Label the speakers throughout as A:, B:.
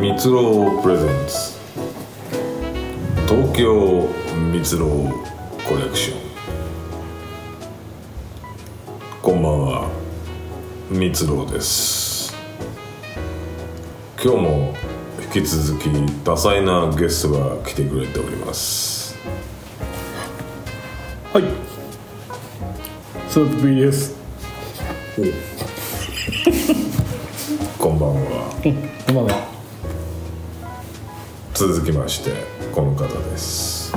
A: みつろうプレゼンツ東京みつろうコレクションこんばんはみつろうです今日も引き続き多彩なゲストが来てくれております
B: はい。そうと B です。
A: こんばんは
B: こんばんは。
A: 続きましてこの方です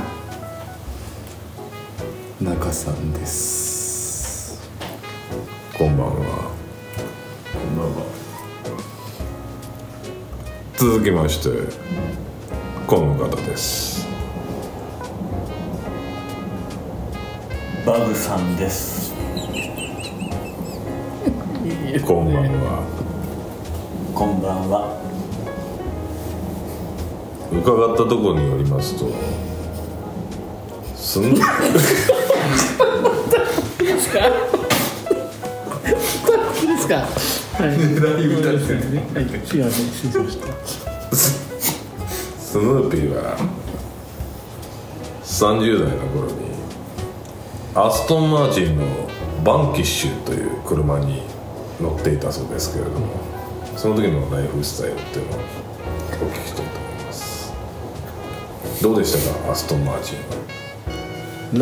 C: 中さんです
A: こんばんは
C: こんばんは
A: 続きましてこの方です
D: バグさんです。
A: こんばんは
D: こんばんは。
A: 伺ったところによりますとすん
B: いいですか。はい。はい。すいません。失礼しました。
A: スヌーピーは30代の頃にアストンマーチンのバンキッシュという車に乗っていたそうですけれどもその時のライフスタイルっていうのをお聞きしたいと思いますどうでしたかアストンマーチンは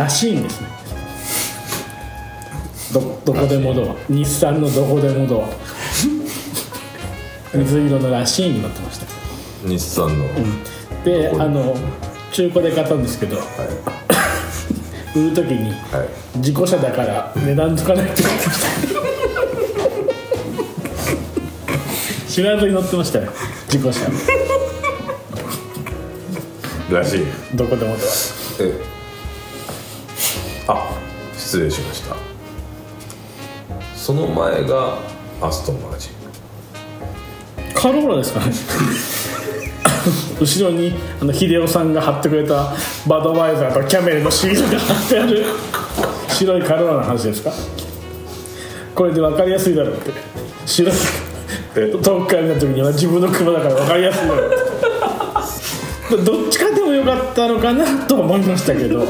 B: らしいんですね。ど、どこでもドア。日産のどこでもド ア。水色のらしいになってました。
A: 日産の、
B: で、あの、中古で買ったんですけど、
A: は
B: 売るときに。
A: いはい
B: 事故車だから値段つかないって言ってました知らずに乗ってましたよ事故車
A: らしい
B: どこでもド
A: えあ失礼しましたその前がアストンマーチン
B: アカローラですかね後ろにあの秀夫さんが貼ってくれたバドワイザーとキャメルのシールが貼ってある白いカローラの話ですかこれで分かりやすいだろうって白い遠くから見た時には自分の車だから分かりやすいだろうってどっちかでもよかったのかなと思いましたけど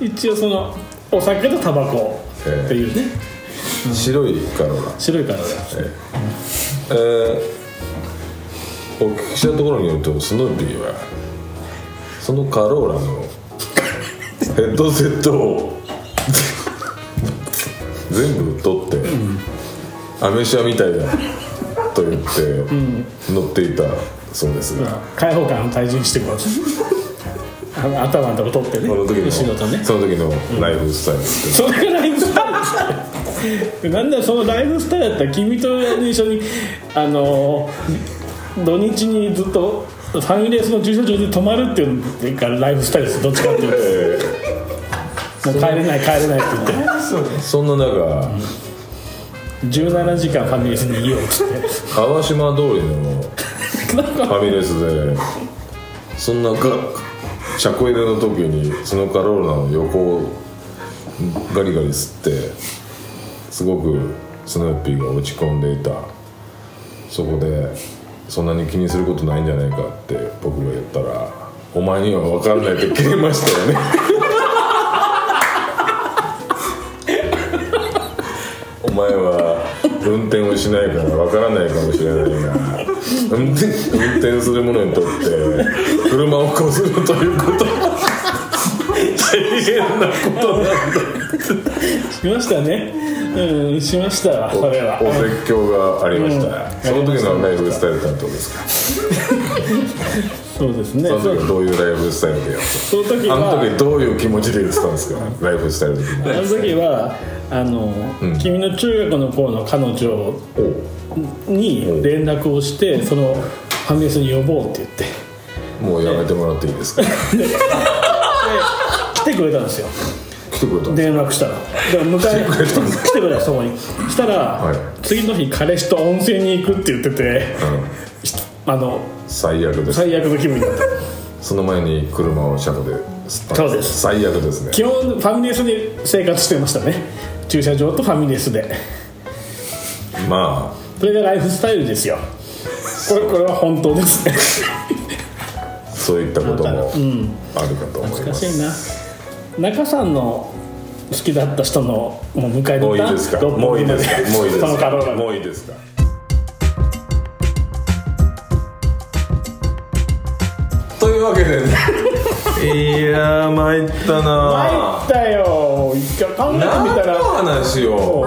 B: 一応そのお酒とタバコっていうね
A: 白いカローラ
B: 白いカローラ
A: えーお聞きしたところによるとスヌーピーはそのカローラのヘッドセットを全部取って、アメ車みたいだと言って乗っていたそうですが、
B: 開放感を退陣してくださいあの 頭のとこ取ってね
A: その時の
B: 後ろとね
A: その時のライフスタイルって
B: それがライフスタイルなんだよそのライフスタイルだったら君と一緒にあの土日にずっとファミレスの駐車場で泊まるっていうのからライフスタイルですどっちかっていう
A: え
B: ともう帰れない帰れないって言って
A: ーそんな中
B: 17時間ファミレスにいようっつっ
A: 淡島通りの
B: てなん
A: フ
B: か
A: ァミレスでそんなか車庫入れの時にそのカローラの横をガリガリ吸ってすごくスヌーピーが落ち込んでいたそこでそんなに気にすることないんじゃないかって僕が言ったら「お前には分かんない」って切れましたよねお前は運転をしないから分からないかもしれないが運転運転する者にとって車をこするということは大変なことだ
B: しましたねうんしましたわそれは
A: お説教がありました、
B: うん
A: その時のライフスタイル担当ですか
B: そうですね
A: そ
B: そ
A: の時はどういうライフスタイルでやっ
B: その時
A: たあの
B: は
A: 時どういう気持ちで言ってたんですかライフスタイル的に
B: あの時はあの、
A: ん
B: 君の中学の頃の彼女
A: おう
B: に連絡をしてそのファミレスに呼ぼうって言って
A: もうやめてもらっていいですか
B: 来てくれたんですよ
A: 来てくれたんです
B: 連絡したらでも迎え
A: 来てくれたんだ
B: 来てくれたそこにしたら、
A: はい
B: 次の日彼氏と温泉に行くって言ってて
A: うん
B: あの
A: 最悪です
B: 最悪の気分になった
A: その前に車を車庫で
B: そうです
A: 最悪ですね
B: 基本ファミレスで生活してましたね駐車場とファミレスで
A: ま
B: それがライフスタイルですよこれこれは本当ですね
A: あそういったこともあるかと思い
B: 懐
A: ま
B: か
A: す
B: しいな中さんの好きだった人のもう迎えに
A: もう
B: 行っ
A: いい
B: た
A: ですか
B: 六
A: も
B: 本
A: うい
B: 木
A: い
B: ま
A: ですかもういいです
B: そのカロー
A: か
B: ラ
A: もういいですかというわけで、ね、いやー参った
B: 入
A: な
B: ったよ一回考えてみた
A: 何の
B: ら
A: 話
B: そ
A: を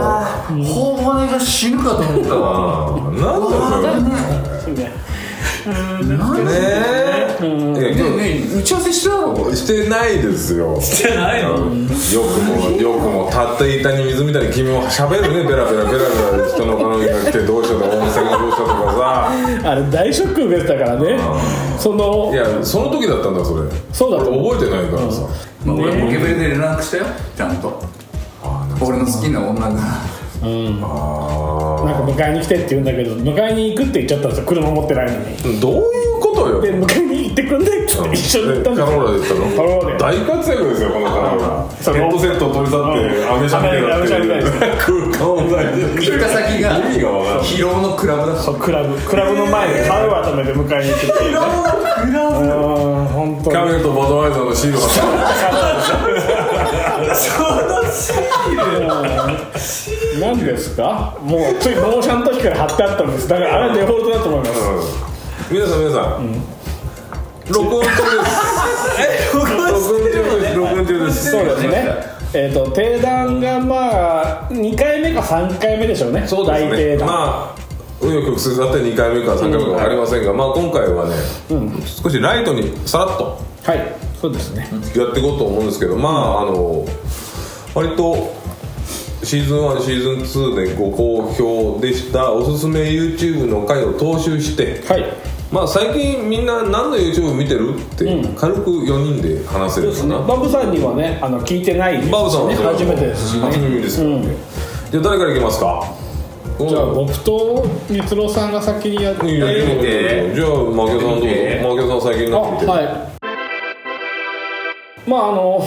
C: 頬骨が死ぬかと思ったわ
A: あーなんだ
B: うね
A: これねえいや今日
C: ねえ打ち合わせしてたのこれ
A: してないですよ
D: してないの
A: よくもよくもたった板に水みたいに君も喋るねベラベラベラベラ人の彼女が来てどうしたとか温泉がどうしたとか
B: あれ大ショック受けてたからねその
A: さいやその時だったんだそれ
B: そうだと思
A: 俺覚えてないからさ、
C: まあ俺もポケベルで連絡したよちゃんと俺の好きな女が
A: あ
B: なんか迎えに来てって言うんだけど迎えに行くって言っちゃったんですよ車持ってないのに
A: ーどういうことよ
B: で迎えに行ってくんないっつって一緒に行ったん
A: え
B: で
A: カロ
B: す
A: ー
B: よ
A: ラでしたの
B: カローラで
A: 大活躍ですよこのカロー
B: そ
A: ラ
B: の
A: ヘッドセットを取り去って
B: うん
A: アメ車みたいになって
B: アメ
A: る
B: 車みた
A: 空間を大事に
C: 行った先が
A: 意味がわからない
C: 疲労のクラブだ
B: そうクラブクラブの前で顔を温めて迎えに行くっていううん本当
A: キャ
B: に
A: メルとボドワイザーのシールが
B: 何ですかもうつい納車の時から貼ってあったんですだからあれはデフォルトだと思います
A: うん皆さん皆さん、録音中です。録音中です。録音中です。
B: そうですねえっ、と定談がまあ2回目か3回目でしょうね
A: そうです
B: 大定
A: ね。
B: 談、
A: まあ。紆余曲折あって2回目か3回目かはありませんが、まあ今回はね、少しライトにさらっと
B: はいそうですね
A: やっていこうと思うんですけどまああの割とシーズン1シーズン2でご好評でしたおすすめ YouTube の回を踏襲して、
B: はい
A: まあ最近みんな何の YouTube 見てるって軽く4人で話せるかな、
B: バブさんにはねあの聞いてないです
A: バブさんは
B: ね初めてですしね、
A: 初耳ですよねじゃあ誰からいきますか
B: じゃあ僕と光郎さんが先にやって
A: いいよいいよいいよじゃあマケさんどうぞ
C: え
A: マケさん最近
B: あ
A: 何見てる
B: はいまああの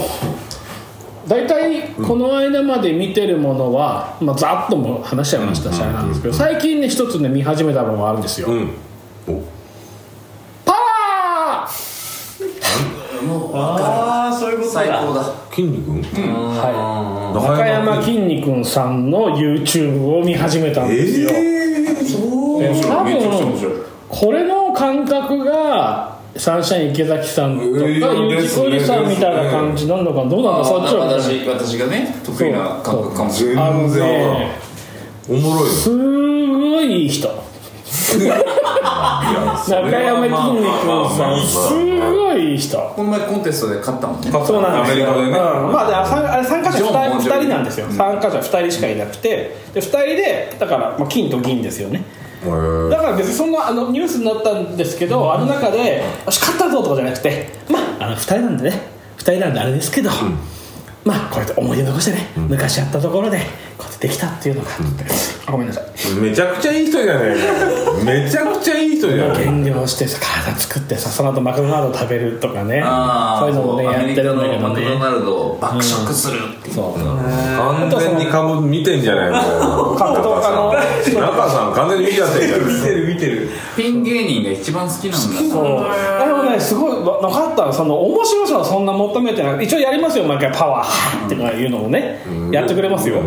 B: 大体この間まで見てるものは、まあ、ざっとも話しちゃいましたしあれなんですけど最近ね一つね見始めたものがあるんですよ、
A: うんお
B: パワー
D: ああそういうこと
C: 最高
D: だ
C: だ
A: 筋肉
B: はい
A: 中
B: 中
A: 山
B: 山きんに君さんの YouTube を見始めたんですよ、
A: ええそう
B: で多
C: めちゃくちゃ面白い
B: 分これの感覚がサンシャイン池崎さんとか
A: えー
B: U 字工事さんみたいな感じなのかどうなのかそっちは分かんない
C: 私私がね得意な感覚かもしれな
B: あ
C: い
B: の
A: 全然
B: ね
A: おもろい
B: すごいいい人中山きんに君さんすごいいい人
C: この前コンテストで勝ったもんね
A: ん
B: そうなんですよ
A: アメリカでね
B: うんまあであ参あれ参加者
C: ジョンボン
B: 2,
C: ジョビ
B: 人なんですよ参加者2人しかいなくてで2人でだから、まあ、金と銀ですよねだから別にそんなあのニュースになったんですけどあの中で「よし勝ったぞ」とかじゃなくてまああの2人なんでね2人なんであれですけど、まあこれで思い出残してね、昔やったところでこうやってできたっていうのが、あごめんなさい
A: めちゃくちゃいい人じゃねえかめちゃくちゃいい人じゃねえか
B: 減量してさ体作ってさその後マクドナルド食べるとかねそういうのもね
C: ア
B: や
C: メ
B: っ
C: リ
B: て
C: カ
B: るんだけ
C: の
B: ど
C: マクド
B: ね
C: ナルドを爆食するっていう
B: そう
A: 完全に株見てんじゃないの
B: 格闘家の
A: 中さん完全に見ちゃってんじゃない
D: てる見てる
C: ピン芸人が一番好きなんだ
B: そうでもねすごいわ分かったその面白さはそんな求めてない一応やりますよ毎回パワーっていうのをねやってくれますよ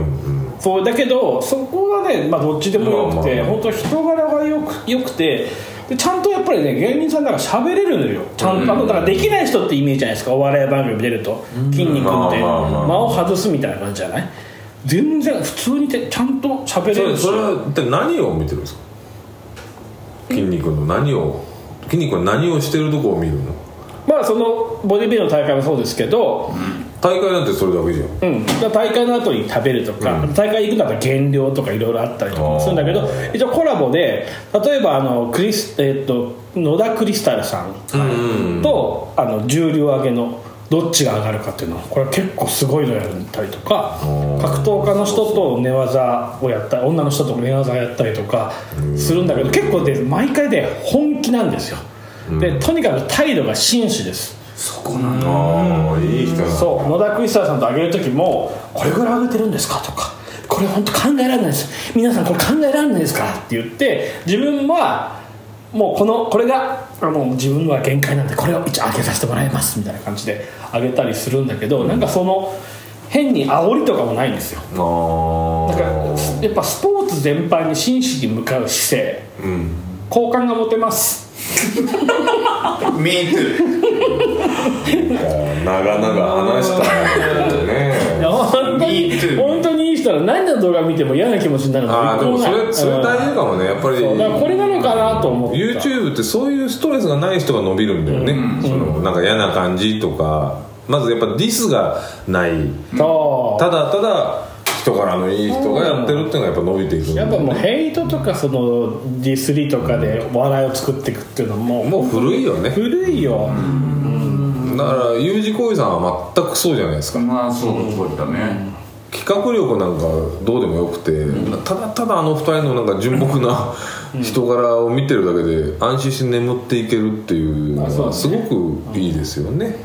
B: そうだけどそこがね、まあ、どっちでもよくて、
A: まあまあ
B: 本当人柄がよくよくてでちゃんとやっぱりね芸人さんだから喋れるのよちゃんとあのだからできない人ってイメージじゃないですかお笑い番組出ると筋肉って
A: まあまあまあ
B: 間を外すみたいな感じじゃない全然普通にてちゃんと喋れ
A: それ
B: るし
A: それは一体何を見てるんですか筋肉の何を筋肉は何をしてるとこを見るの
B: まあそのボディビルの大会もそうですけど、
A: 大会なんてそれだけじゃん
B: うん、大会の後に食べるとか、大会行くなら減量とかいろいろあったりとかするんだけ
A: あ
B: ど
A: ー
B: 一応コラボで例えばあのクリス、えっと野田クリスタルさんと、あの重量上げのどっちが上がるかっていうのこれ結構すごいのやったりとか
A: ー
B: 格闘家の人と寝技をやったり女の人と寝技をやったりとかするんだけど結構で毎回で本気なんですよでとにかく態度が紳士です
C: そこなんだ
A: ああいい人だ
B: そう野田クリスタルさんとあげる時も「これぐらい上げてるんですか?」とか「これ本当考えられないです皆さんこれ考えられないですか?」って言って自分はもうこのこれがあの自分は限界なんでこれを一応上げさせてもらいますみたいな感じで上げたりするんだけど、なんかその変に煽りとかもないんですよ
A: ああ
B: なんかやっぱスポーツ全般に真摯に向かう姿勢
A: うん
B: 好感が持てます
C: メイトゥ
A: いや長々話したんだけど
B: いや
A: ね
B: 本当に
C: Me too
B: 本当にいい人なら何の動画見ても嫌な気持ちになるの
A: ああでもそれそれ大
B: 変
A: 変かもねやっぱり
B: だからこれなのかなと思ってた
A: YouTube ってそういうストレスがない人が伸びるんだよね、そのなんか嫌な感じとかまずやっぱディスがない
B: そ
A: ただただ人柄のいい人がやってるっていうのがやっぱ伸びていくん
B: う
A: だよ
B: やっ
A: ね
B: ぱもうヘイトとかそのディスリとかで笑いを作っていくっていうのもも
A: もう古いよね
B: 古いよ
A: だから U 字工事さんは全くそうじゃないですか
C: ーまあそうそうだね
A: 企画力なんかどうでもよくて、ただただあの二人のなんか純朴な人柄を見てるだけで安心して眠っていけるっていうの
B: あそう
A: は
B: ね
A: すごくいいですよね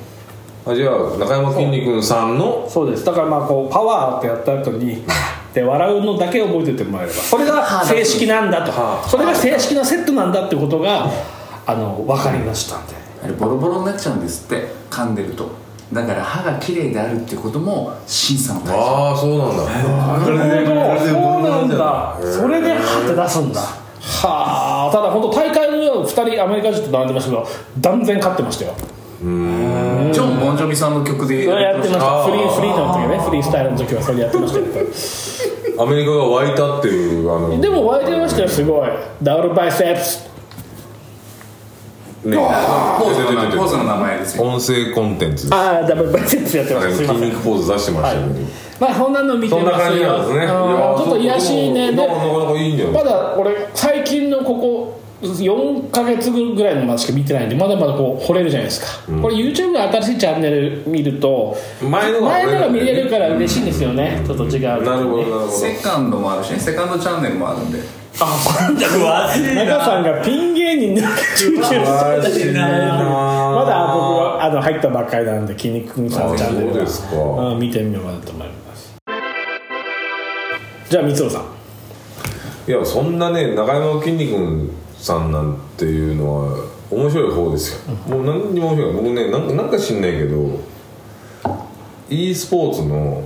A: あじゃあ中山きんに君さんの
B: そうですだからまあこうパワーってやった後にで笑うのだけ覚えててもらえればそれが正式なんだとそれが正式なセットなんだってことがあの分かりましたんで
C: あれボロボロになっちゃうんですって噛んでるとだから歯が綺麗であるってことも審査の対象
A: ああそうなんだ
B: なるほどそうなんだ
A: へー
B: それでハって出すんだはあただ本当大会のよう2人アメリカ人と並んでましたけど断然勝ってましたよ
C: ジョン・ボンジョビさんの曲で
B: それやってまし
A: あ
B: た
A: ー
B: フリーフリーの時ねフリースタイルの時はそれやってましたけど
A: アメリカが湧いたっていうあの
B: でも湧いてましたよすごいダブルバイセプス
A: ね
C: ポーズの名前
A: 出て
C: ポーズ
A: る
C: の名前ですよ
A: 音声コンテンツです
B: ああダブルバイセプスやってましたすい
A: 筋
B: ません
A: 肉ポーズ出してましたけど、
B: まあそんなの見て
A: そん
B: ま
A: な感
B: すよ
A: じなんですね
B: う
A: い
B: ん
A: や
B: ちょっと癒やしいね
A: な
B: で
A: かなかいいんじゃない
B: まだ俺最近のここ4ヶ月ぐらいのまでしか見てないんでまだまだこう惚れるじゃないですか、これ YouTube の新しいチャンネル見ると
A: 前のが
B: 前のが見れるから嬉しいんですよね、ちょっと違う
A: なるほどなるほど
C: セカンドもあるしねセカンドチャンネルもあるんで
B: あ
D: 詳しいな
B: 中さんがピン芸人の中
A: 詳しいな
B: まだ僕はあの入ったばっかりなんで筋肉くんさんのチャンネル
A: あそう
B: は
A: ですか
B: うん見てみようかなと思いますじゃあ光雄さん
A: いやそんなね中山きんに君さんなんていうのは面白い方ですよ、もう何にも面白い僕ねなんかなんか知んないけど e スポーツの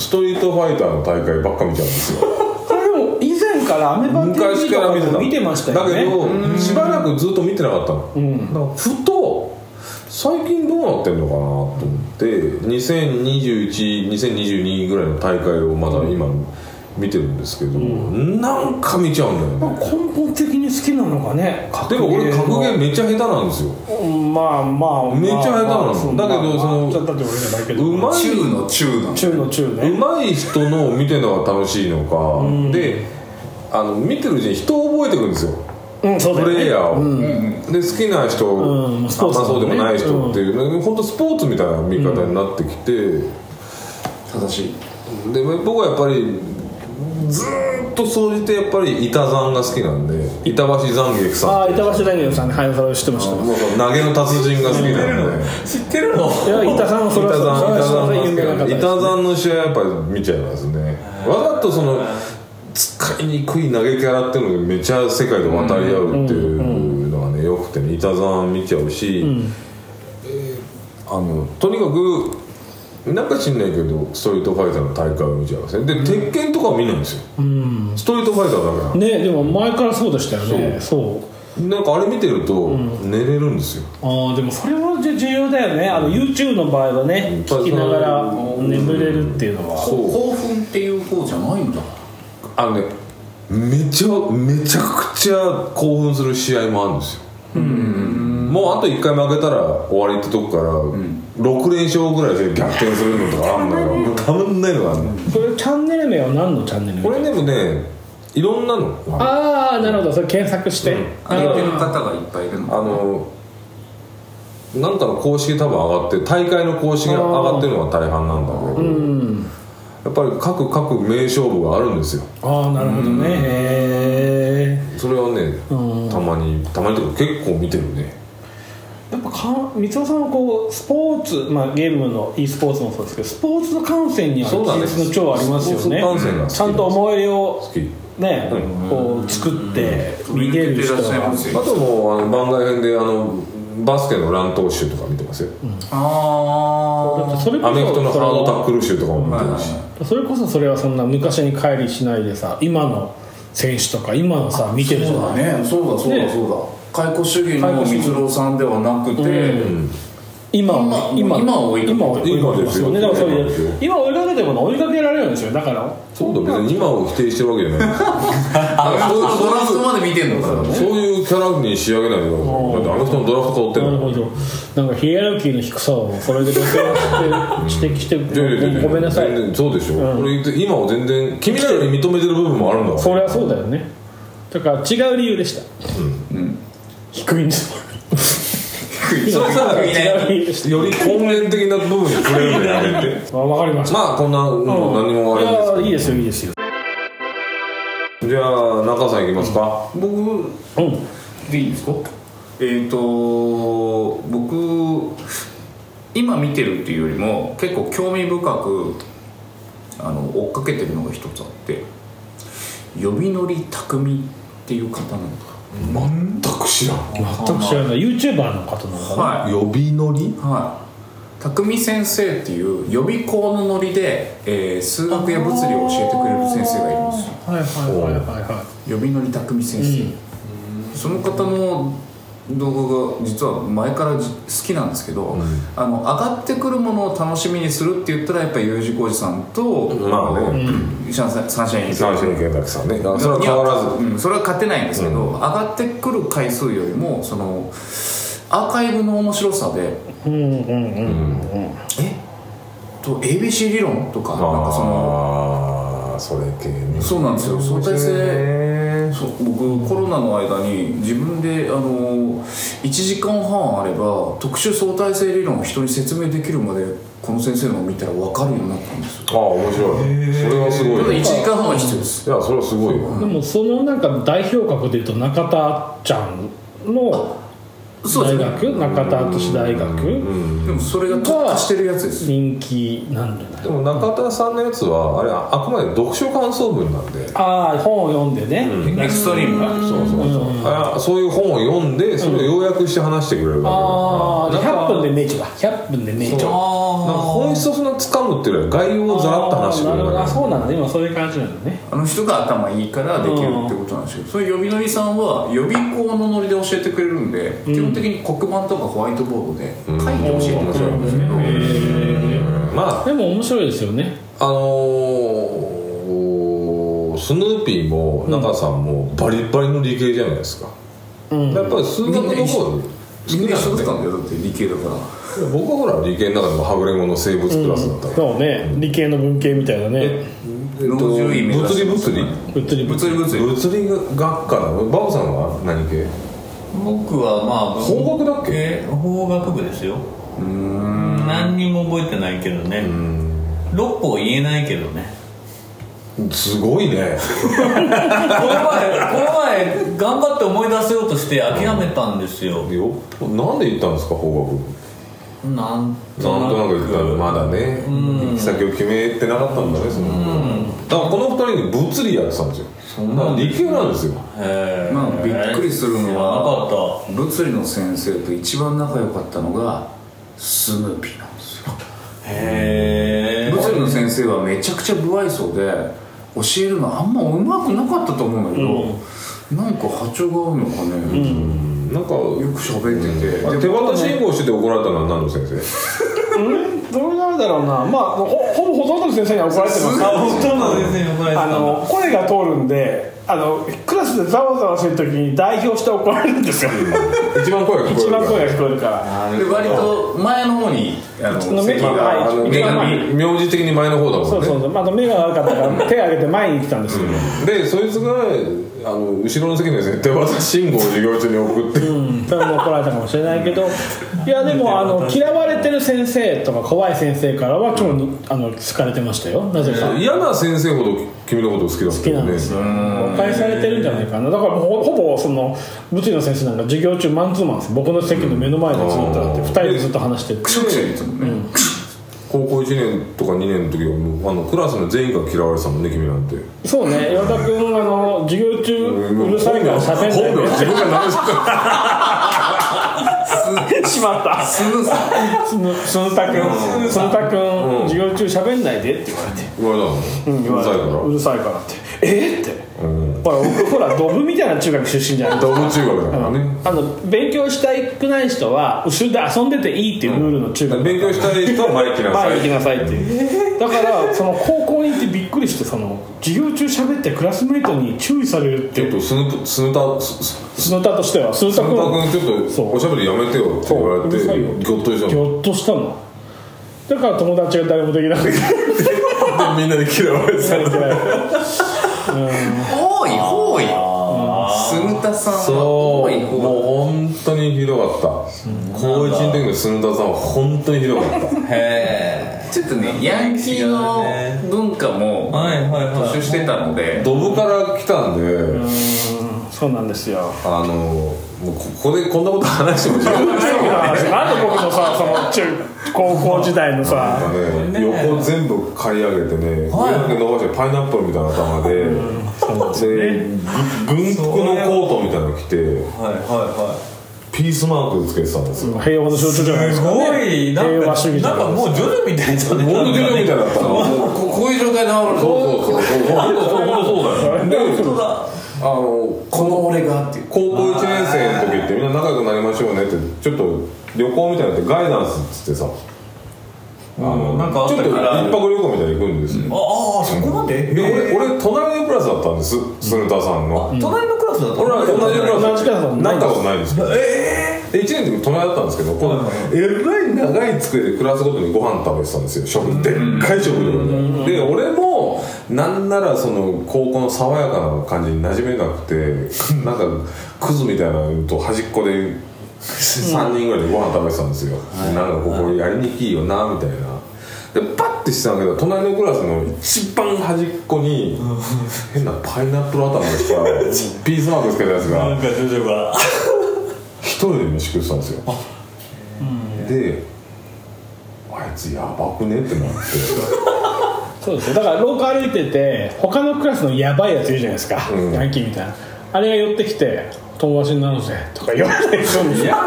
A: ストリートファイターの大会ばっか見ちゃうんですよ
B: これでも以前からアメバ
A: 昔から見てただけ
B: だ
A: どしばらくずっと見てなかったの、だからふと最近どうなってんのかなと思って20212022ぐらいの大会をまだ今見てるんですけど、なんか見ちゃうんだよね
B: けど根本的に好きなのがね
A: でも俺格ゲーめっちゃ下手なんですよ
B: うんまあまあ
A: めっちゃ下手なの
B: まあう
A: だけどその
B: まあだって俺じゃないけど
A: うまい
C: 中の中の
B: 中の中ね
A: 上手い人のを見てるのが楽しいのか、であの見てるうちに人を覚えてくんですよ
B: うんそうだ
A: プ
B: よね
A: レイヤーを、
B: うん
A: で好きな人、
B: うんス
A: あ
B: ポ
A: んま
B: ーツだも
A: そ
B: ん
A: う
B: ね
A: でもない人っていう、本当スポーツみたいな見方になってきて、
C: 正しい
A: で僕はやっぱりずーっと総じてやっぱり板山が好きなんで板橋残劇
B: あ
A: さん
B: あ板橋大学さんねはいそれは知ってました
A: もう投げの達人が好きなんで
D: 知ってるの
B: いや板さんはそれ
A: 板
B: はそれ
A: 山板
B: はそれ
A: 山
B: は
A: が好きなんで
B: 有名な方で
A: す板山の試合やっぱり見ちゃいますねわざとその使いにくい投げキャラっていうのがめちゃ世界で渡り合うっていうのがねよくてね板山見ちゃうし、えーあのとにかくなんか知んないけどストリートファイターの大会を見ちゃいますねで鉄拳とかは見ないんですよ、ストリートファイターだから
B: ねでも前からそうでしたよねそう
A: なんかあれ見てると寝れるんですよ、
B: ああでもそれは重要だよねあの YouTube の場合はね
A: うん
B: 聞きながら眠れるっていうのは
A: そう
C: 興奮っていう方じゃないんだ
A: あのねめちゃめちゃくちゃ興奮する試合もあるんですよもうあと1回負けたら終わりってとこから、6連勝ぐらいで逆転するのとかあんのよもうたまんないのがあんの
B: それチャンネル名は何のチャンネル
A: これでもねいろんなのあ
B: ああなるほどそれ検索して
C: 上げてる
B: あ
C: 方がいっぱいいるの
A: のなんかの公式多分上がって大会の公式が上がってるのが大半なんだけど、やっぱり各各名勝負があるんですよ
B: あーなるほどねへえ
A: それはね、
B: う
A: たまにたまにというか結構見てるね
B: やっぱか三尾さんはこうスポーツ、まあ、ゲームの e スポーツもそうですけどスポーツの観戦には一
A: そうなんです
B: 日の長ありますよ
A: スポー
B: ね
A: ツ観戦が好きです
B: ちゃんと思い入れを
A: 好き
B: ね、
A: う
B: こう作って見れる人
C: らっしゃい
B: が
C: ます
A: あ
C: よ
A: ともうあの番外編であのバスケの乱闘集とか見てますよ、
B: だって
C: あ
B: それこそ
A: アメフトのハードタックル集とかも見てるし、
B: それこそそれはそんな昔に帰りしないでさ今の選手とか今のさ見てるじゃ
C: あ
B: ない
C: ねそうだそうだ
B: ね
C: そうだ解雇主義の
B: 解雇主義
C: 三郎さんではなくて、
B: 今
C: 今今を追いかけて
B: 今を追いかけてますよねだからそれで今追いかけてもの追いかけられるんですよだから
A: そうだ別に今を否定してるわけじゃない
C: あドラドラフトまで見てんのか
A: そういうキャラに仕上げないとだってアメフトのドラフト通って
B: な
A: る
B: る
A: の
B: ほどなんかヒエラルキーの低さをそれで露呈して指摘して
A: いやいやいや
B: ごめんなさい
A: 全然そうでしょ、これ言って今を全然君らより認めてる部分もあるんだ
B: そ
A: か
B: り
A: ら
B: ゃそうだよねだから違う理由でした低いんです
A: それさ
B: 違う理由でし
A: より根源的な部分に触れるのやめて
B: たわかりました
A: まあこんな、もう何もあれです
B: いやいいですよいいですよ
A: けどじゃあ中さんいきますか、
C: な僕
B: うん
C: でいいんですかえっ、と僕今見てるっていうよりも結構興味深くあの追っかけてるのが一つあって呼び乗り匠っていう方なんだ
A: 全く知らん
B: 全く知らない YouTuber の方なのかな
C: はい
A: 呼び乗り
C: はい匠先生っていう予備校のノリで、えー数学や物理を教えてくれる先生がいるんですよ
B: はいはいはいはいは
C: 呼び乗り匠先生、その方の動画が実は前からじ好きなんですけど、あの上がってくるものを楽しみにするって言ったらやっぱり U 字工事さんと、
A: まあね、
C: のサンシャインサンシャイ
A: 三
C: ン
A: 振健太さんねだからそれは変わらず
C: ず、うん、それは勝てないんですけど、上がってくる回数よりもそのアーカイブの面白さで
B: いうんうんうん
C: えと ABC 理論とかなんかその
A: ああそれ系ね
C: そうなんですよ相対性そう僕コロナの間に自分であの1時間半あれば特殊相対性理論を人に説明できるまでこの先生のを見たら分かるようになったんですよ
A: ああ面白いそれはすごい
C: ただ
A: い
C: 1時間半は必要です
A: やそれはすごいよ
B: でもそのなんか代表格でいうと中田あっちゃんの
C: そう
B: 大
C: ですね
B: 学中田敦大学
C: でもそれが特化してるやつです
B: 人気なんじゃない
A: でも中田さんのやつはあれああくまで読書感想文なんで
B: ああ本を読んでね、
C: エクストリームが
A: そうそうそう、あそういう本を読んでそれを要約して話してくれるだけだから、
B: ああ
A: なん
B: 100
A: か
B: 分で名著だ100分で名著
A: なんか本質をそんな掴むっていうよりは概要をざらっと話してく
B: あー
A: れ
B: な
A: る
B: るほど
A: だ
B: あ
A: け
B: そうなんだ今そういう感じなんだね
C: あの人が頭いいからできるってことなんですけど、それ予備のりさんは予備校のノリで教えてくれるんで、基本的に黒板とかホワイトボードで書いて教えてくれるんですけど、
A: まあ
B: でも面白いですよね
A: あのースヌーピーも中さんもバリバリの理系じゃないですか、やっぱり数学の方が好き
C: みんな
A: な
C: 一緒
A: んで
C: だったんだよだって理系だから
A: 僕はほら理系の中でもはぐれ者の生物クラスだったから、
B: そうね理系の文系みたいなね
A: えっと
C: 農獣医目指
A: 物
C: して
A: 理
C: ます
A: 物理
B: 物理
C: 物理物理
A: 物理学科だバオさんは何系
D: 僕はまあ
A: 法学だっけ
D: え法学部ですよ何にも覚えてないけどね六個言えないけどね
A: すごいね
D: この前この前頑張って思い出せようとして諦めたんですよ
A: よなんで言ったんですか法学部
D: なんと
A: なん
D: な
A: と
D: く
A: なく言ったらまだね行き先を決めてなかったんだねそのだからこの二人に物理やってたんですよそんな理系なんですよ
D: へえ
C: まあびっくりするのは
D: 知らなかった
C: 物理の先生と一番仲良かったのがスヌーピーなんですよ
D: へえ
C: 物理の先生はめちゃくちゃ不愛想で教えるのあんまうまくなかったと思うんだけど、なんか波長が合うのかね、
A: なんか
C: よく喋ってて、で
A: 手渡し信号してて怒られたのは何の先生
B: うんどうなんだろうなまあほほぼほとんどの先生には怒られてます
D: あほとんど先生に怒られてた
B: あ
D: んだ
B: の声が通るんであのクラスでざわざわしてる時に代表して怒られるんですよ
A: 一番声が聞こえ
B: 一
A: るか
B: 番
A: ら
B: 声が聞こえるから
C: で割と前の方にああの
B: の
C: 席
B: まあ
A: あ
C: が
A: の
C: 目
B: 目
C: が
B: が
C: 見
A: 名字的に前の方だもんね
B: そうそうそう、まあ、目が悪かったから手を挙げて前に行ってたんですよ、
A: でそいつがあの後ろの席の絶対技信号を授業中に送って
B: うん、多分怒られたかもしれないけどいやでもあの嫌われてる先生とか怖い先生からは今日あの好かれてましたよなぜか
A: 嫌な先生ほど君のこと好きだっ
B: 好
A: た
B: き
A: よ
B: なん
A: ね
B: ですよ誤解されてるんじゃないかなだからもうほぼその物理の先生なんか授業中マンツーマンです僕の席の目の前でずっとあって
A: うん
B: 2人でずっと話してる
C: くしゃくしゃ言ってたもんね、
A: 高校1年とか2年の時はもうあのクラスの全員から嫌われてたもんね君なんて
B: そうね岩田君あの授業中うるさいから喋んない
A: 本名自分が何し
B: でしまった
C: スムーズだ
B: そのそのたくんそのたくん授業中喋んないでって言われて
A: 言われたのうるさいから
B: うるさいからってえっ、ってほら僕ほらドブみたいな中学出身じ ゃん
A: ダブル中学だからね
B: あの勉強したくない人は後ろで遊んでていいっていうルールの中学、
A: 勉強したい人は前行きなさ
B: 前行き
A: い
B: なさいっていうだからその高校に行ってびっくりしてその授業中喋ってクラスメートに注意されるって
A: ちょ
B: い
A: っ
B: う
A: とスヌプスヌタスス
B: スノタとしてはスー
A: ス
B: タ
A: ヌ
B: 君
A: タ君ちょっとおしゃべりやめてよって言われて
B: そううるさいよ
A: ぎょっとした
B: ぎ
A: の
B: ょっとしたのだから友達が誰もできなくて
A: で みんなで嫌われてた
C: 多い多いスムタさんは
A: そ
C: 多
A: う
C: い
A: もう
C: 方
A: 本当にひどかった高1の時のスヌタさんは本当にひどかった
D: へえ
C: ちょっとねヤンキーの文化も
D: はいはいはい
C: 突出してたので
A: ドブから来たんで
B: そうなんですよ
A: あのもうここでこんなこと話してもしょうがない
B: なんで僕のさその中高校時代のさ
A: ね、横全部刈り上げてね、
D: はい
A: 上だけ伸ばしてパイナップルみたいな頭で、でぐ軍服のコートみたいなの着て
D: はいはいは
A: ピースマークつけてたんですよ
B: 平和の象徴じゃない
D: い
B: です
D: す
B: か、
D: ごいなん
B: 平和主
D: か
B: 義じゃ
D: なんかもうジョジョみたいな
A: ボンド
D: ね
A: みたいだったのもうここういう状態で治るそうそうそうそうそうそうそうだよであの
C: この俺がっていう
A: 高校1年生の時ってみんな仲良くなりましょうねってちょっと旅行みたいになってガイダンスっつってさあの
D: なんかあっ
A: ちょ
D: た
A: っと
D: か
A: 一
D: ら
A: 泊旅行みたいに行くんですよ、
D: ああそこまで
A: で
D: へえ
A: 俺俺隣のクラスだったんです鶴田さんの、
D: 隣のクラスだった
A: 俺ら同じクラス
B: 同じクラスだもんね
A: なったことないんですけど
D: え
A: で1年の時隣だったんですけどこのえらい長い机でクラスごとにご飯食べてたんですよ食でっかい食料でで俺もなんならその高校の爽やかな感じに馴染めなくて なんかクズみたいなのと端っこで3人ぐらいでご飯食べてたんですよ、なんかここやりにくいよなみたいなでパッてしてたんだけど隣のクラスの一番端っこに変なパイナップル頭でしたピースマークつけたやつ
D: え
A: が
D: なんかジョジョが
A: 一人で飯食ってたんですよであいつやばくねってなって
B: そうですよだから廊下歩いてて他のクラスのヤバいやついるじゃないですか、
A: うん
B: ヤンキーみたいなあれが寄ってきて「友達になろうぜ」とか言われてるんですよ、うん、そう
A: 嫌だね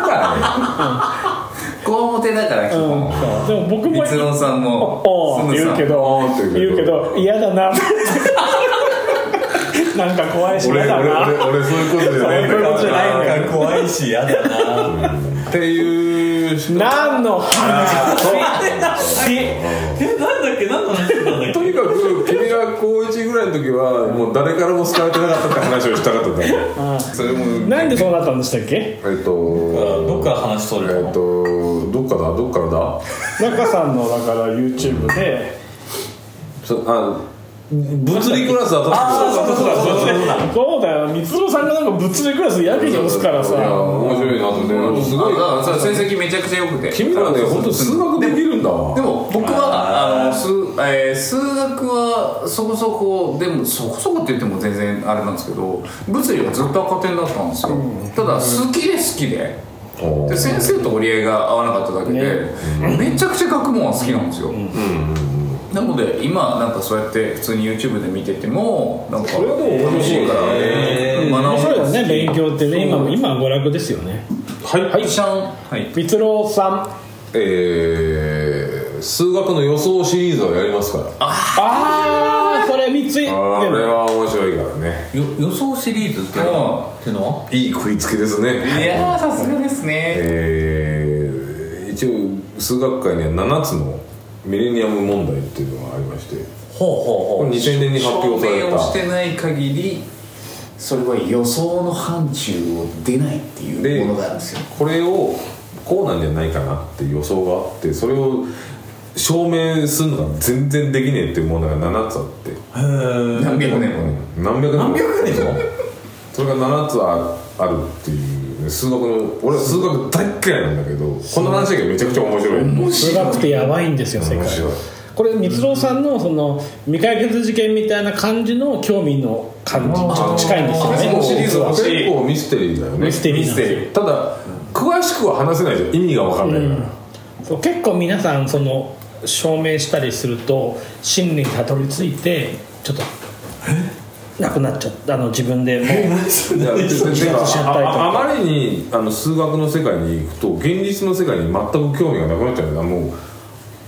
C: こ表だから基本
B: でも僕も
C: 光郎さん
B: 「
C: も
B: おーって言うけど
A: おーって
B: 言
A: 言
B: う
A: う
B: け
A: けど
B: ど嫌だなって なんか怖いし
A: 俺
B: 嫌だ
A: 俺
B: な
A: 俺俺そういうことじゃないんだ
B: そういうことじゃないんだ
D: なんか怖いし嫌だな
A: っていう人
B: 何の話
D: えなんだっけ何の話してたんだっけ
A: とにかく君が高1ぐらいの時はもう誰からも好かれてなかったって話をしたかったんだそれも
B: なんでそうなったんでしたっ
A: え
B: け
A: っと
D: どっから話しとる
A: えっ
D: の
A: とどっからだどっからだ
B: 中さんのだから YouTube で
A: そあ物理クラスだったんですよ
D: そう そうそうそうだ
B: そうだよ光郎さんがなんか物理クラスやけに押すからさ
A: いや面白いなと思ってすごい
C: あだから成績めちゃくちゃ良くて
A: 君らね本当数学できるんだわ
C: でも僕はあの数,、えー数学はそこそこでもそこそこって言っても全然あれなんですけど物理はずっと赤点だったんですよ、ただ好きで好きで
A: おー
C: で先生と折り合いが合わなかっただけで、めちゃくちゃ学問は好きなんですよ、なので今なんかそうやって普通に YouTube で見ててもなんか
A: れはでも面
C: 楽し
A: 白い
C: いからね
B: 面白いよ
C: 学ぶ
B: ね勉強ってね今今は娯楽ですよね
A: はい、
C: はいシャンはい
B: 光郎さん
A: えー、数学の予想シリーズはやりますからあ
B: ああそれ三つで
A: あれ
B: も
A: は面白いからね
D: よ予想シリーズってのってのはい
A: い食いつきです
C: い
A: ね
C: やーさすがですね
A: えー、一応数学界には7つのミレニアム問題っていうのがありまして
D: ほうほ
A: これ2000年に発表さ
C: 証明をし
A: れ
C: てない限りそれは予想の範疇を出ないって
A: たで
C: いうものなんですよ
A: これをこうなんじゃないかなって予想があってそれを証明するのが全然できねえっていうものが7つあって
D: へえ
C: 何百年もね
A: 何百年も
D: 何百年も
A: それが7つああるっていうね数学の俺は数学大っ嫌いなんだけどこの話だけどめちゃくちゃ面白い面
B: 数学ってやばいんですよ世界
A: 白い
B: これ光郎さんのその未解決事件みたいな感じの興味の感じちょっと近いんですよ
A: あそ
B: ね
A: のシリーズは
C: 欲
A: 結
C: しい
A: 構ミステリーだよね
B: ミステリーなんですよ
A: ただ詳しくは話せないじゃん意味が分かんないから、
B: そう結構皆さんその証明したりすると真理にたどり着いてちょっとなくなっちゃったあの自分でもう
A: い やて
B: 自殺
A: か
B: しちゃったりとか
A: ああまりにあの数学の世界に行くと現実の世界に全く興味がなくなっちゃうんだもう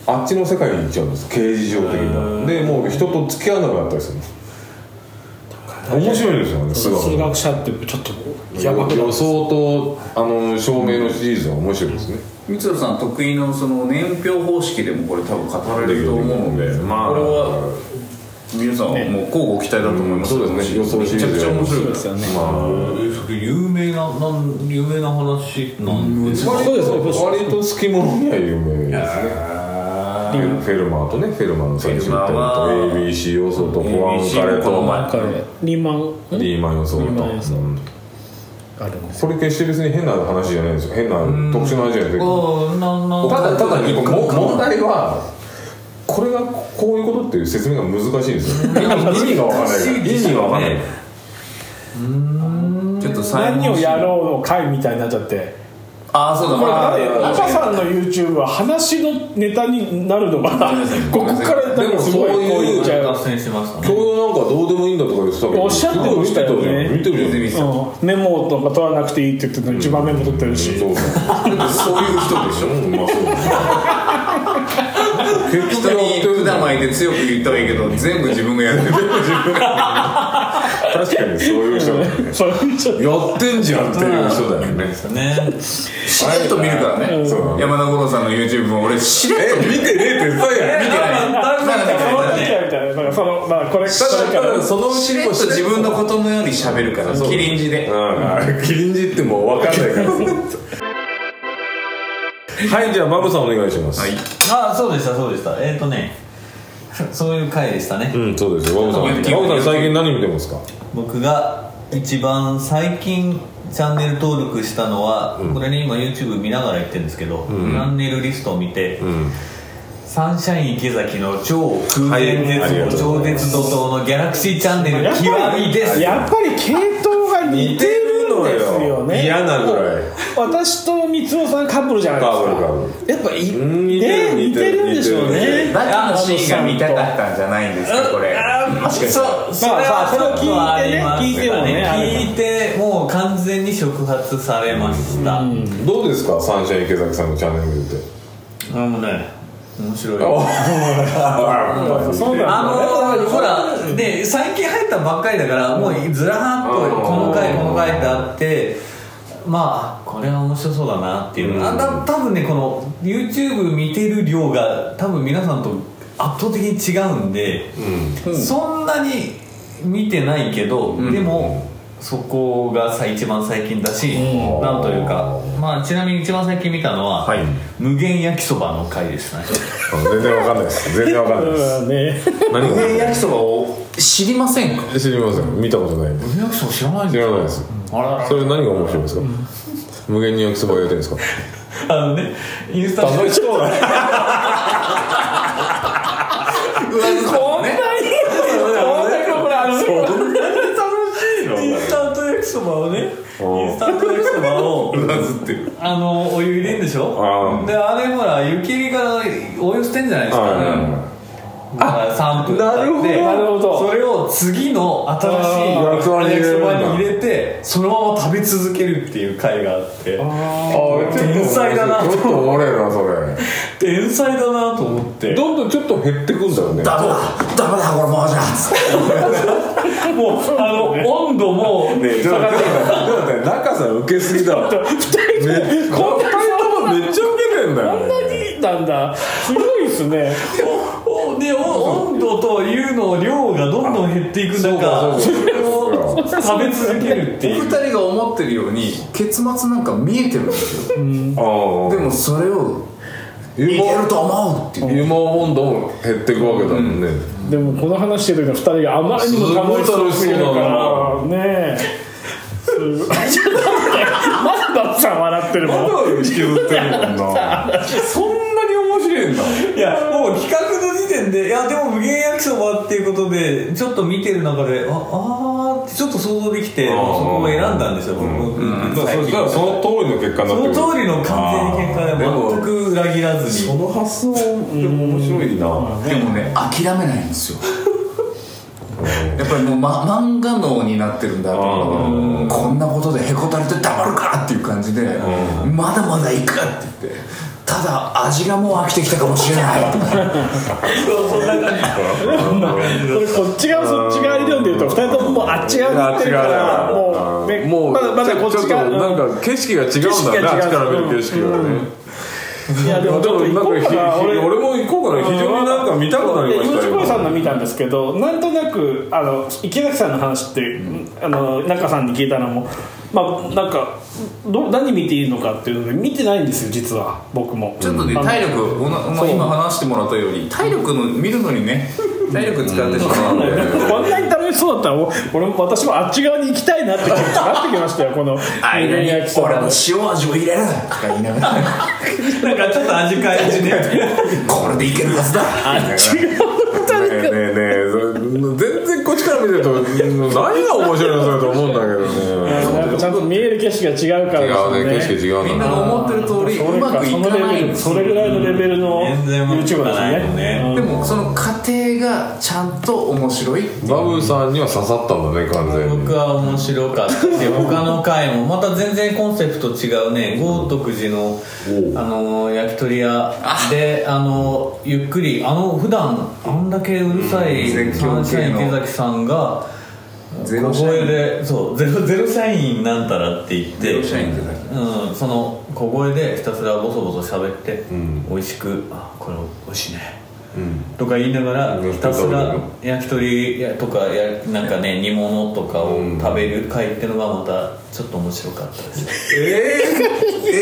A: あっちの世界に行っちゃうんです刑事上的なでもう人と付き合わなくなったりするんです面白いですよね数学
B: 数学者ってちょっとやばくな
A: 予
B: る
A: 想とあの証明のシリーズは面白いですね、
C: 光弘さん得意のその年表方式でもこれ多分語られると思うので、
A: まあ
C: これは皆さんもう交互期待だと思います、
A: そうですね予想シリ
C: め
A: ーズ
C: ちゃくちゃ面白いです
B: よね
A: まあ
D: 有名ななん有名な話なんですか
B: そうですね
A: 割と好き者には有名ですねフェルマーとねフェルマーの最終点と
C: フェルマーは
A: ABC 予想とポアンカ
C: ABC
A: レ
C: もこの前
A: と
B: なんかリーマンん
A: リーマン予想と
B: リーマン予想
A: うん
B: あるんです
A: これ決して別に変な話じゃないんですよ変な特殊な話じゃないんですよ
D: ああなな
A: ただただ
C: 一個
A: も問題はこれがこういうことっていう説明が難しいんですよ意味がわからない意味がわからない
C: ちょっと最後
B: 何をやろうの会みたいになっちゃって
C: ああそうだ
B: これだって
C: まあ
B: 赤さんの YouTube は話のネタになるのがここからだからすごいこういっちゃう
D: 脱線してましたね
A: 教養なんかどうでもいいんだとか言ってたけど
B: おっしゃってましたよね
A: 見てるじゃん見てるじゃん
B: うんメモとか取らなくていいって言ってたのに一番メモ取ってるし、
A: そう
C: そういう人でしょ
A: うんまあそうだね結局
C: 人
A: やって
C: に
A: るんだ
C: 管巻いて強く言ったはいいけど全部自分がやってる
A: 確かにそういう人だよね
B: そういう人
A: やってんじゃんっていう人だよね
D: ね
C: しれっと見るからね
A: そう
C: 山田五郎さんの YouTube も俺しれっ
A: え見てねえって言ったじゃん
C: と見てない
D: だからだから
B: 変わってきたみたいななんかそのまあこれこれ
A: た
B: から
A: だそのうち
C: し
A: に
C: れっ
A: も
C: と自分のことのように喋るからキリンジで
A: うんキリンジってもう分かんないからはいじゃあバブさんお願いします
C: はい
D: あそうでしたそうでしたえっ、ー、とねそういう回でしたね、
A: うんそうですよバブさん
C: はい
A: バブさん最近何見てますか
D: 僕が一番最近チャンネル登録したのは、これね今 YouTube 見ながら言ってるんですけど、チャンネルリストを見て、
A: ん
D: サンシャイン池崎の超空前
A: はいありが
D: 絶
A: とう
D: 望、
A: ござ
D: 超
A: いま
D: 絶怒涛のギャラクシーチャンネル
B: やっ
D: 極
B: ぱり
D: みです
B: やっぱり系統が似てるんですよね
A: 嫌なぐらい
B: 私と光雄さんカップルじゃないです
A: カ
B: か
A: ップルカッ
B: やっぱい
A: ん似てる
B: ね似てるんでしょう
A: 似てる
B: ね
C: バカのシーンが見たかったんじゃないんですかこれ
D: あそうそれ
B: まあ
D: は
B: それを聞いてね
D: ちょっとあります
B: 聞いてもねあれ
D: 聞いてもう完全に触発されましたうん
A: どうですかサンシャイン池崎さんのチャンネル見てて
D: あのね面白い
A: あ
B: そうなんだ
D: あ のー、ほらで最近入ったばっかりだからもうずらーっとこの回この回ってあってまあこれは面白そうだなっていう、あだ多分ねこの YouTube 見てる量が多分皆さんと圧倒的に違うんで、そんなに見てないけど、でもそこがさ一番最近だし、なんというか、まあ、ちなみに一番最近見たのは、
A: はい
D: 無限焼きそばの回ですね
A: 全然わかんないです全然わかんないです
B: うんね
A: 何
C: 無限
A: が
C: 焼きそばを知りませんか
A: 知りません見たことない
C: 無限焼きそば知らないん
A: 知らないです
C: あら
A: それ何が面白いんですか無限に焼きそばをやってるんですか
D: あのねインスタで
A: そうだ
C: こんなに
D: インスタント焼きそばをねインスタント焼きそばを
C: うなずってる
D: あのお湯入れんでしょ
A: あー
D: であれほら湯切りからお湯捨てんじゃないですか、あ3分
A: なるほど
B: なるほど
D: それを次の新しい
A: あー
D: 焼きそばに入れてそのまま食べ続けるっていう回があって天才だな
A: ちょっとおもろいなそれ
D: 天才だなと思って
A: どんどんちょっと減ってくんだよね
C: ダメだダメだこれもうじゃ
D: もうあの温度も
A: ねちょっと待ってちょっと待って中さん受けすぎだわめっこんな人もめっちゃ受けてんだよね
B: なんだすごいですね
D: おでお温度というの量がどんどん減っていく
A: そうだ
D: 中
A: そうだ
D: それを食べ続けるって
C: お
D: い
C: 二
D: う
C: 人が思ってるように結末なんか見えてるんです
A: あ
C: よでもそれをい
A: 湯
C: け
A: も
C: ると思うっていう
A: 湯も温度も減っていくわけだもんね、
B: でもこの話してる時の2人があまりにも楽しそうすぎるからねえすごいちょっと待ってまだだっちゃん笑ってるもん
A: 引きずってるもんな
C: そんなに面白いんだ
D: いやもう企画の時点でいやでも無限焼きそばっていうことでちょっと見てる中でああーってちょっと想像できて
E: あー
D: もうそこを選んだんですよ僕
E: だ
D: 最
E: からそだから
D: 近
E: その通りの結果にな
D: そ
E: って
D: の
E: る
D: 通りの完全に結果で全く裏切らず
A: そ
D: に
A: の発想でも面白いな
C: でもね諦めないんですよ やっぱりもう、ま、漫画脳になってるんだと思うけどこんなことでへこたれてたまるかっていう感じでまだまだいくかって言ってただ味がもう飽きてきたかもしれ ないとか
B: これこっち側そっち側理論で言うと2人とももうあっち側に行ってるからもうね
E: もう
B: まだまだこっち
E: ちょっ
B: 側
E: となんか景色が違うんだね
B: 景色が違う
E: あっちから見る景色がね、
B: いやでもちょっと
E: で
B: 行
E: も
B: こ
E: な
B: うん
E: か
B: か
E: ひ
B: な
E: 俺も行こうかな非常になんか見たくなりました
B: よ。
E: よ
B: 吉さんの見たんですけど、なんとなくあの池崎さんの話って、あの中さんに聞いたのも、まあなんかど何見ていいのかっていうので見てないんですよ実は僕も。
C: ちょっとね
B: あの
C: 体力おなまあ今話してもらったように体力の見るのにね体力使ってしまうので
B: こんなに楽しそうだったらお俺も私もあっち側に行きたいなって気持ちになってきましたよこの
C: 間に
B: 人間焼きそば
C: 俺の塩味を入れるとか言いながら
D: なんかちょっと味変えてね
C: これでいけるはずだ
E: ねえねえねえ全然こっちから見てると何が面白いのそれと思うんだけどね
B: やっぱちゃんと見える景色が違うから
E: 違うね
B: で
E: 景
B: すよ
E: 色違う
C: み
E: んんだ
C: な
E: な
C: が思ってる通りうまくい
B: そ
C: か
B: れ
C: ないんですよ
B: それぐらいのレベルの
D: 全然うま
B: YouTuber
D: く
B: で
D: い
B: す
D: かないもん
B: ね
D: ね
B: うん
C: でもその過程がちゃんと面白い
E: バブさんには刺さったんだね完全に
D: 僕は面白かったし他の回もまた全然コンセプト違うね豪徳寺のあの焼き鳥屋であのゆっくりあの普段あんだけうるさい
C: うん絶叫
D: サンシャ
C: 系
D: イン
C: の
D: 池崎さんが
C: ゼロ
D: 小
C: 社員
D: 声でそうゼロゼロ社員なんたらって言って
C: ゼロ社員ってだけ
D: うん、その小声でひたすらボソボソ喋って、美味しく「あこれ美味しいね」とか言いながら
E: うん
D: ひたすら
E: うん
D: 焼き鳥やとかやなんかね煮物とかを食べる会っていうのがまたちょっと面白かったです
C: えー、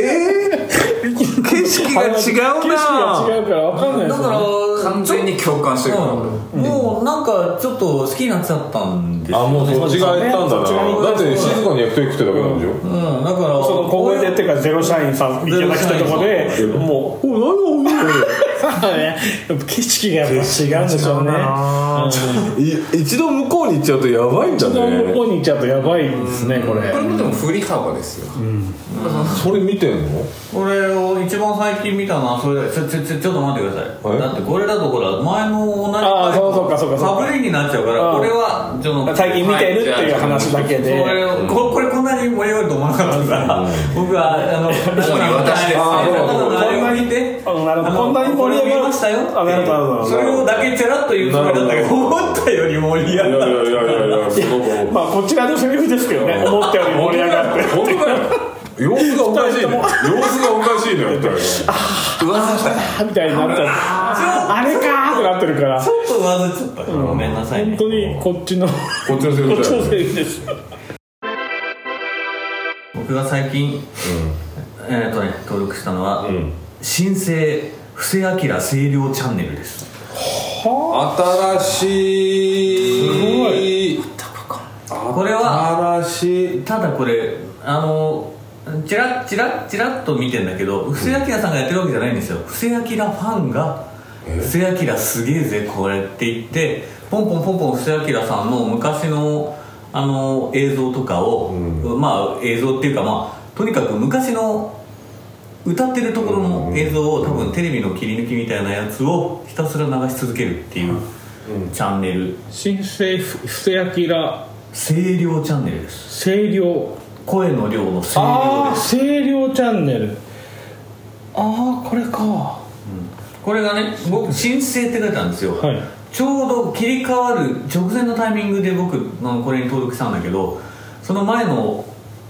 C: えー、景色が違う
B: 景色が
C: な
B: 違うから分かんないですよね
C: 完全に共感してるから
D: うん
C: 俺
D: もうなんかちょっと好きになっちゃったんです
E: あもうそっちがやったんだ
B: そっち
E: な
B: が
E: だって静かに焼き鳥食ってただけなんでしょ
D: うんだから
B: その小声でっていうかゼロ社員さんいただきたいとこでもう「お何が多いねやっぱ景色がやっぱ違うんでしょうね
E: い一度向こうに行っちゃうとやばいんだ
B: 一度向
E: ね
B: こうに行っちゃうとやばいですねこれ
C: これもでも振り幅ですよ
E: それ見てんの
D: これを一番最近見たのはそれだちょちょちょちょっと待ってくださ
E: え
D: いだってこれだとほら前の同じ回
B: あーそうそうかそうかそうか
D: ぶりになっちゃうから
B: あー
D: これはちょっと
B: 最近見てるっていう話だけ
D: それ
B: で
D: をここれこんなに盛り上がると思わなかったから僕はあの
C: 主に私です
D: あ
E: あ
D: ー
B: ー
D: こんなにね
B: あなるほどこんなに盛り上がる
D: これ見ましたよ
B: あなるほどなるほど
D: それをだけチャラっと言うつもりだったけど思ったより盛り
E: いや
D: 上
E: いや
D: がっ
E: いやいやいやすごく
B: まあこちらのセリフですけどね思ったより盛り上がって
E: 本当だよ様子がおかしいね様子がおかしいねよ人人
C: 上手した
B: あみたいになったらああれかーってなってるから
D: たちょっと上ずっちゃったごめんなさい
B: 本
D: ね
B: 当にこっちのこ
E: こっちのセリ
B: っ
E: フ
B: ち
E: だよ
B: のセリフです
D: 僕が最近えっとね登録したのは新生布施明清涼チャンネルです
E: 新しい
D: これは
E: 新しい
D: ただこれあのチラッチラッチラッと見てんだけど布施明さんがやってるわけじゃないんですよ布施明ファンが「布施明すげえぜこれ」って言ってポンポンポンポン布施明さんの昔のあの映像とかを、まあ映像っていうかまあとにかく昔の歌ってるところの映像を多分テレビの切り抜きみたいなやつをひたすら流し続けるっていうチャンネル
B: 新生ふせやきら
D: 「清涼チャンネル」です
B: 清涼
D: 声の量の清涼
B: ああ清涼チャンネルああこれか
D: これがね僕「申請」って書いてあるんですよ、
B: はい
D: ちょうど切り替わる直前のタイミングで僕のこれに登録したんだけどその前の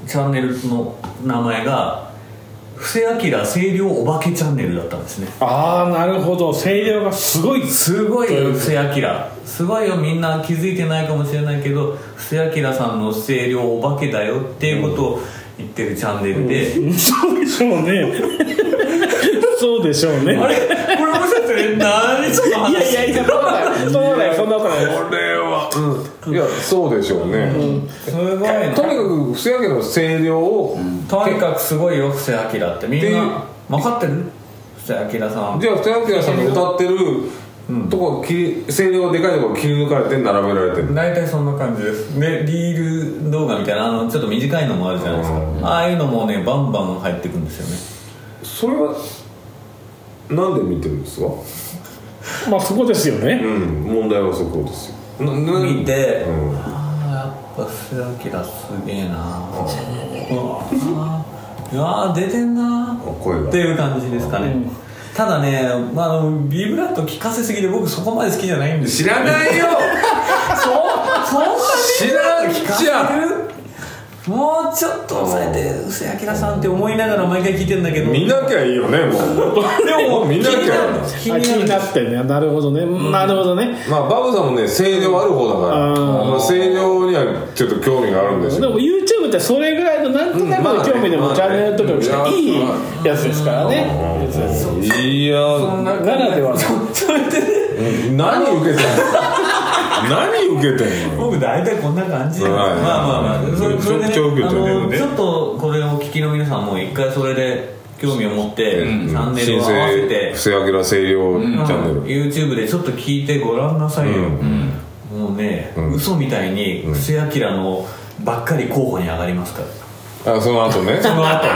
D: チャンネルの名前が「布施明清涼お化けチャンネルだったんですね
B: ああなるほど声量がすごい
D: すごいよ布施明すごいよみんな気づいてないかもしれないけど布施明さんの声量お化けだよっていうことを言ってるチャンネルで、
B: そうでしょうねそうでしょうね
D: あれこれもしかして何その
B: い
D: 話
B: やいやいやそうだよそうだよそんなことないです
A: これは、うん、いやそうでしょうね、
D: すごいな
A: とにかく布施明の声量を、
D: とにかくすごいよ布施明ってみんな分かってる布施明さん
A: じゃあ布施明さんの歌ってるとこ切り声量がでかいとこ切り抜かれて並べられてる
D: 大体そんな感じですでリール動画みたいなあのちょっと短いのもあるじゃないですかああいうのもねバンバン入ってくんですよね
A: それはなんで見てるんですか
B: まあそこですよね
A: うん問題はそこですよなな
D: 見て、
A: うん
D: ああやっぱ布施明すげえなああうわあ出てんな
A: 声が
D: っていう感じですかね、ただね、まあ、あのビブラート聞かせすぎて僕そこまで好きじゃないんです
A: 知らないよ
D: そそんなに
A: 知らんじゃん
D: もうちょっと抑えて布施明さんって思いながら毎回聞いてんだけ ど
A: 見なきゃいいよねもう でも見なきゃいい
D: 気
B: あ気
D: に
B: に
D: なる
B: なってねなるほどね、なるほどね
A: まあバブさんもね声量ある方だから、
B: うん
A: まあ、声量にはちょっと興味があるんでし
B: で
A: ょ
B: も YouTube ってそれぐらいのなんとなく
A: うんま
B: の
A: あね
B: 興味で
A: まあ
B: も
A: ね
B: チャンネル登録していいやつですからね
A: いや
B: ならではの
D: それでね
A: 何受けてんの 何受けてんの
D: 僕大体こんな感じ
A: はい
D: まあまあまあそれそれでね
A: ちょっとち
D: あ
A: ょっとでも
D: の
A: ね
D: ちょっとこれをお聞きの皆さんも一回それで興味を持ってチャンネルを合わせて
A: 布施明声量チャンネル、
D: YouTube でちょっと聞いてごらんなさいよ、もうね、嘘みたいに布施明のばっかり候補に上がりますから
A: あその後ねその後迷惑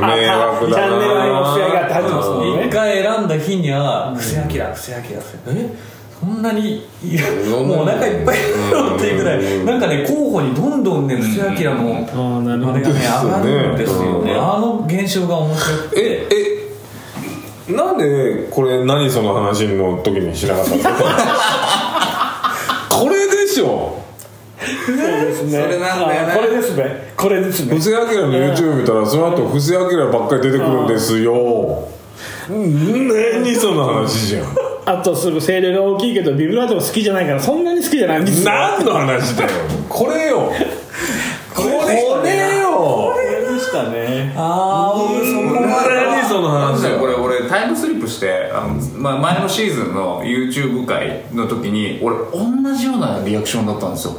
A: だな
B: チャンネルの押し上がって入ってますもん
D: 一
B: ね
D: 回選んだ日には「布施明布施明」えそんなにいやもうお腹いっぱいだろうっていうぐらいなんかね候補にどんどんね布施明の
B: あーなる
D: あ
B: ほ
D: れがね上がるんです
A: そう
D: よ
A: です
D: ね
A: よね
D: あの現象が面白く
A: え
D: て
A: えなんでこれ何その話の時にしなかったのこれでしょ
B: どそうですね
D: それなんだよね
B: あーこれですねこれですね
A: 布施明の YouTube 見たらその後布施明ばっかり出てくるんですようん何その話じゃん
B: あとすぐ声量が大きいけどビブラートも好きじゃないからそんなに好きじゃないんですよ
A: 何の話だよこれよこれよ
B: これでしたね
D: ああ僕そこまで
A: 何その
C: なん
A: 話
C: だよ
A: よ
C: これ俺タイムスリップしてあの、まあ、前のシーズンの YouTube 会の時に俺同じようなリアクションだったんですよ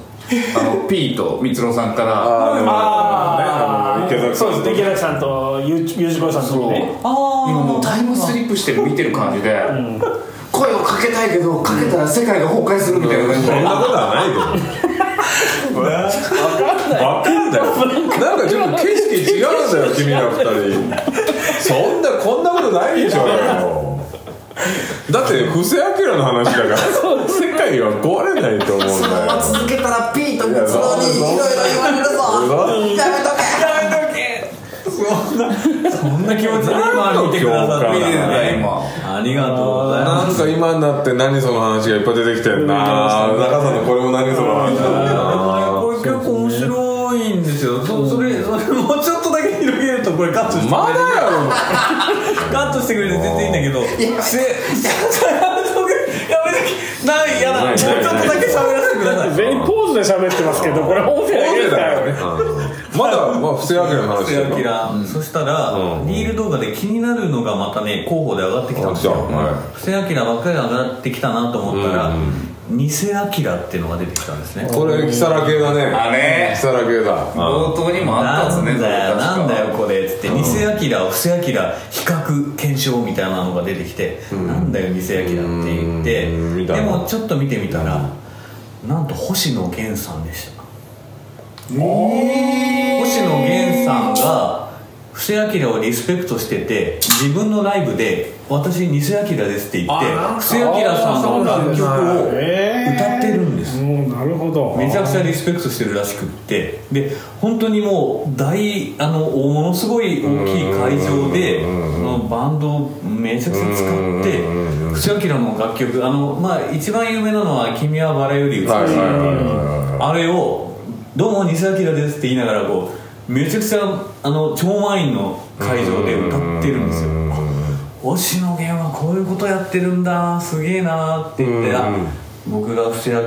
C: あの P と光郎さんから
A: あーねあの池崎さんと
B: そうですね池崎さんとゆうゆうじこうさんの時ね
D: あ
C: 今もうタイムスリップして見てる感じで、声をかけたいけどかけたら世界が崩壊するみたいな感じ
A: そ
C: で
A: んなことはないけど。わかんない。わかんない。なんかちょっと景色違うんだよ、君ら二人。そんな、こんなことないでしょうよ。だって、布施明の話だから、世界は壊れないと思うんだよ。
F: 続けたらピーと
A: や
F: 蜜ろにいろいろ言われるぞやめとけ
A: 何の
D: そんな気持ちで今見てくださってる
A: 共感
D: ね
A: だ
C: ね今
D: ありがとうございます
A: なんか今になって何その話がいっぱい出てきてんな中さんのこれも何その話だ
D: これ結構面白いんですよそそれそれもうちょっとだけ広げるとこれカットしてくれて
A: まだやろ
D: カットしてくれて全然いいんだけどせやめとけやめとけないやだ
A: ない
D: ちょっとだけ喋らせてください
B: 全員ポーズで喋ってますけどこれ音声だけですからね
A: まだ、まあ、布施明の話
D: つやきらそしたら、リール動画で気になるのがまたね候補で上がってきたんですよ
A: あ来たはい
D: 布施明ばっかり上がってきたなと思ったら、偽明っていうのが出てきたんですね
A: これ、キサラ系だね。
C: あれ
A: キサラ系だ。
C: 冒頭にもあった
D: なんん
C: ですね
D: だよ
C: それ確か
D: なんだよこれっつって偽アキラ布施明比較検証みたいなのが出てきて、なんだよ偽アキラって言って、
A: うん見た
D: でもちょっと見てみたら、なんと星野源さんでした、星野源さんが布施明をリスペクトしてて自分のライブで「私偽アキラです」って言って布施明さんの楽曲を歌ってるんです
B: もうなるほど
D: めちゃくちゃリスペクトしてるらしくってで本当にもう大あのものすごい大きい会場でそのバンドをめちゃくちゃ使って布施明の楽曲あの、まあ、一番有名なのは「君はバラより美しい」
A: はいはいはいはいはい
D: あれを「どうも西明です」って言いながらこうめちゃくちゃあの超満員の会場で歌ってるんですよ押野源はこういうことやってるんだすげえなって言って、
A: うん
D: あ僕が布施明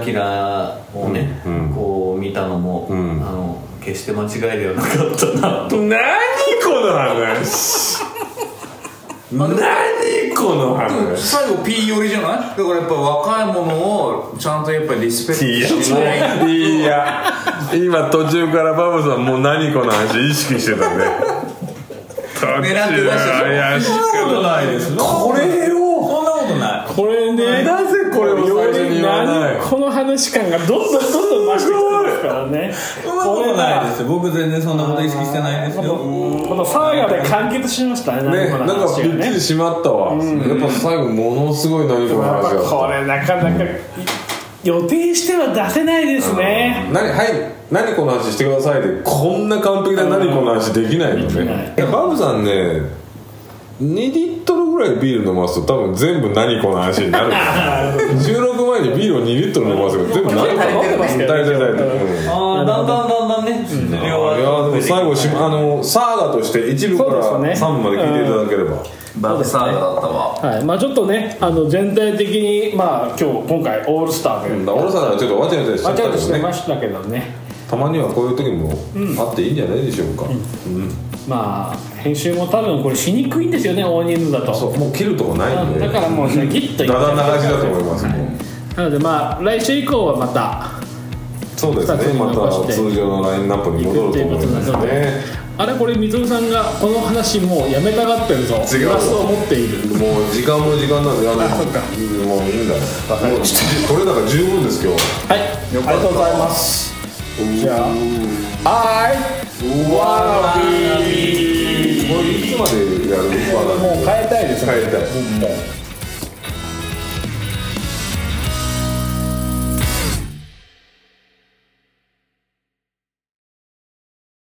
D: をね、
A: うん
D: こう見たのも、
A: ん
D: あの決して間違いではなかったなと
A: 何この話何この話
C: 最後 P 寄りじゃないだからやっぱ若い者をちゃんとやっぱりリスペ
A: い
C: クトしない
A: やいや今途中からバブさんもう何この話意識してたね途中怪し
D: そんなことないですこれをそんなことない
B: これね
A: なぜこれを
B: よ
A: 最初に
B: り
A: 言わない
B: 何この話感がどんどんどんどん増してきてますからね
D: そんなことないです僕全然そんなこと意識してないです
B: こ
D: よ
B: のこのサーガで完結しましたね
A: ね、
B: 何こ
A: なん
B: の
A: か
B: 話
A: び
B: が
A: っく
B: ね
A: りしまったわ、やっぱ最後ものすごい何この
B: や
A: 話
B: っぱ
A: だった
B: これなかなか予定しては出せないですね
A: 何はい何この話してくださいでこんな完璧な何この話できないの
B: でき
A: ね
B: ない
A: いやバブさんね2リットルぐらいビール飲ますと多分全部何この話にな るから収録前にビールを2リットル飲ますけど全部何この話になる大体大体うん
D: ああだんだんだんだんね
A: いやでも最後しあのサーガとして一部か
B: そうで
A: ら
B: すね
A: 三部まで聞いていただければ、
C: バブサーガだったわ
B: はいまあ、ちょっとねあの全体的に、まあ、今日今回オールスターで、
A: だから小野さんはちょっとわちゃわちゃしちゃ
B: わ
A: っ
B: ちゃ
A: た
B: わちゃ
A: け
B: して
A: どね
B: ましたけどね
A: たまにはこういう時もあっていいんじゃないでしょうか、
B: まあ編集も多分これしにくいんですよね大人数だと
A: そうもう切るとこないんで
B: だからもうねギッといっ
A: だだ
B: て
A: 流しだと思います、もう
B: なのでまあ来週以降はまた
A: そうです
B: 二つ
A: ね
B: に
A: ま
B: 残して
A: た通常のラインナップに戻ると思います
B: 行くっていう
A: ね
B: あれこれみつるさんがこの話もうやめたがってるぞ
A: 違う
B: ラストを持っている
A: もう時間も時間なんであのもういいんだもうこれだから十分です今日
B: はいありがとうございますじゃあはいう
A: これいつまでやるのかな
B: もう変えたいですね
A: 変えたい
B: もう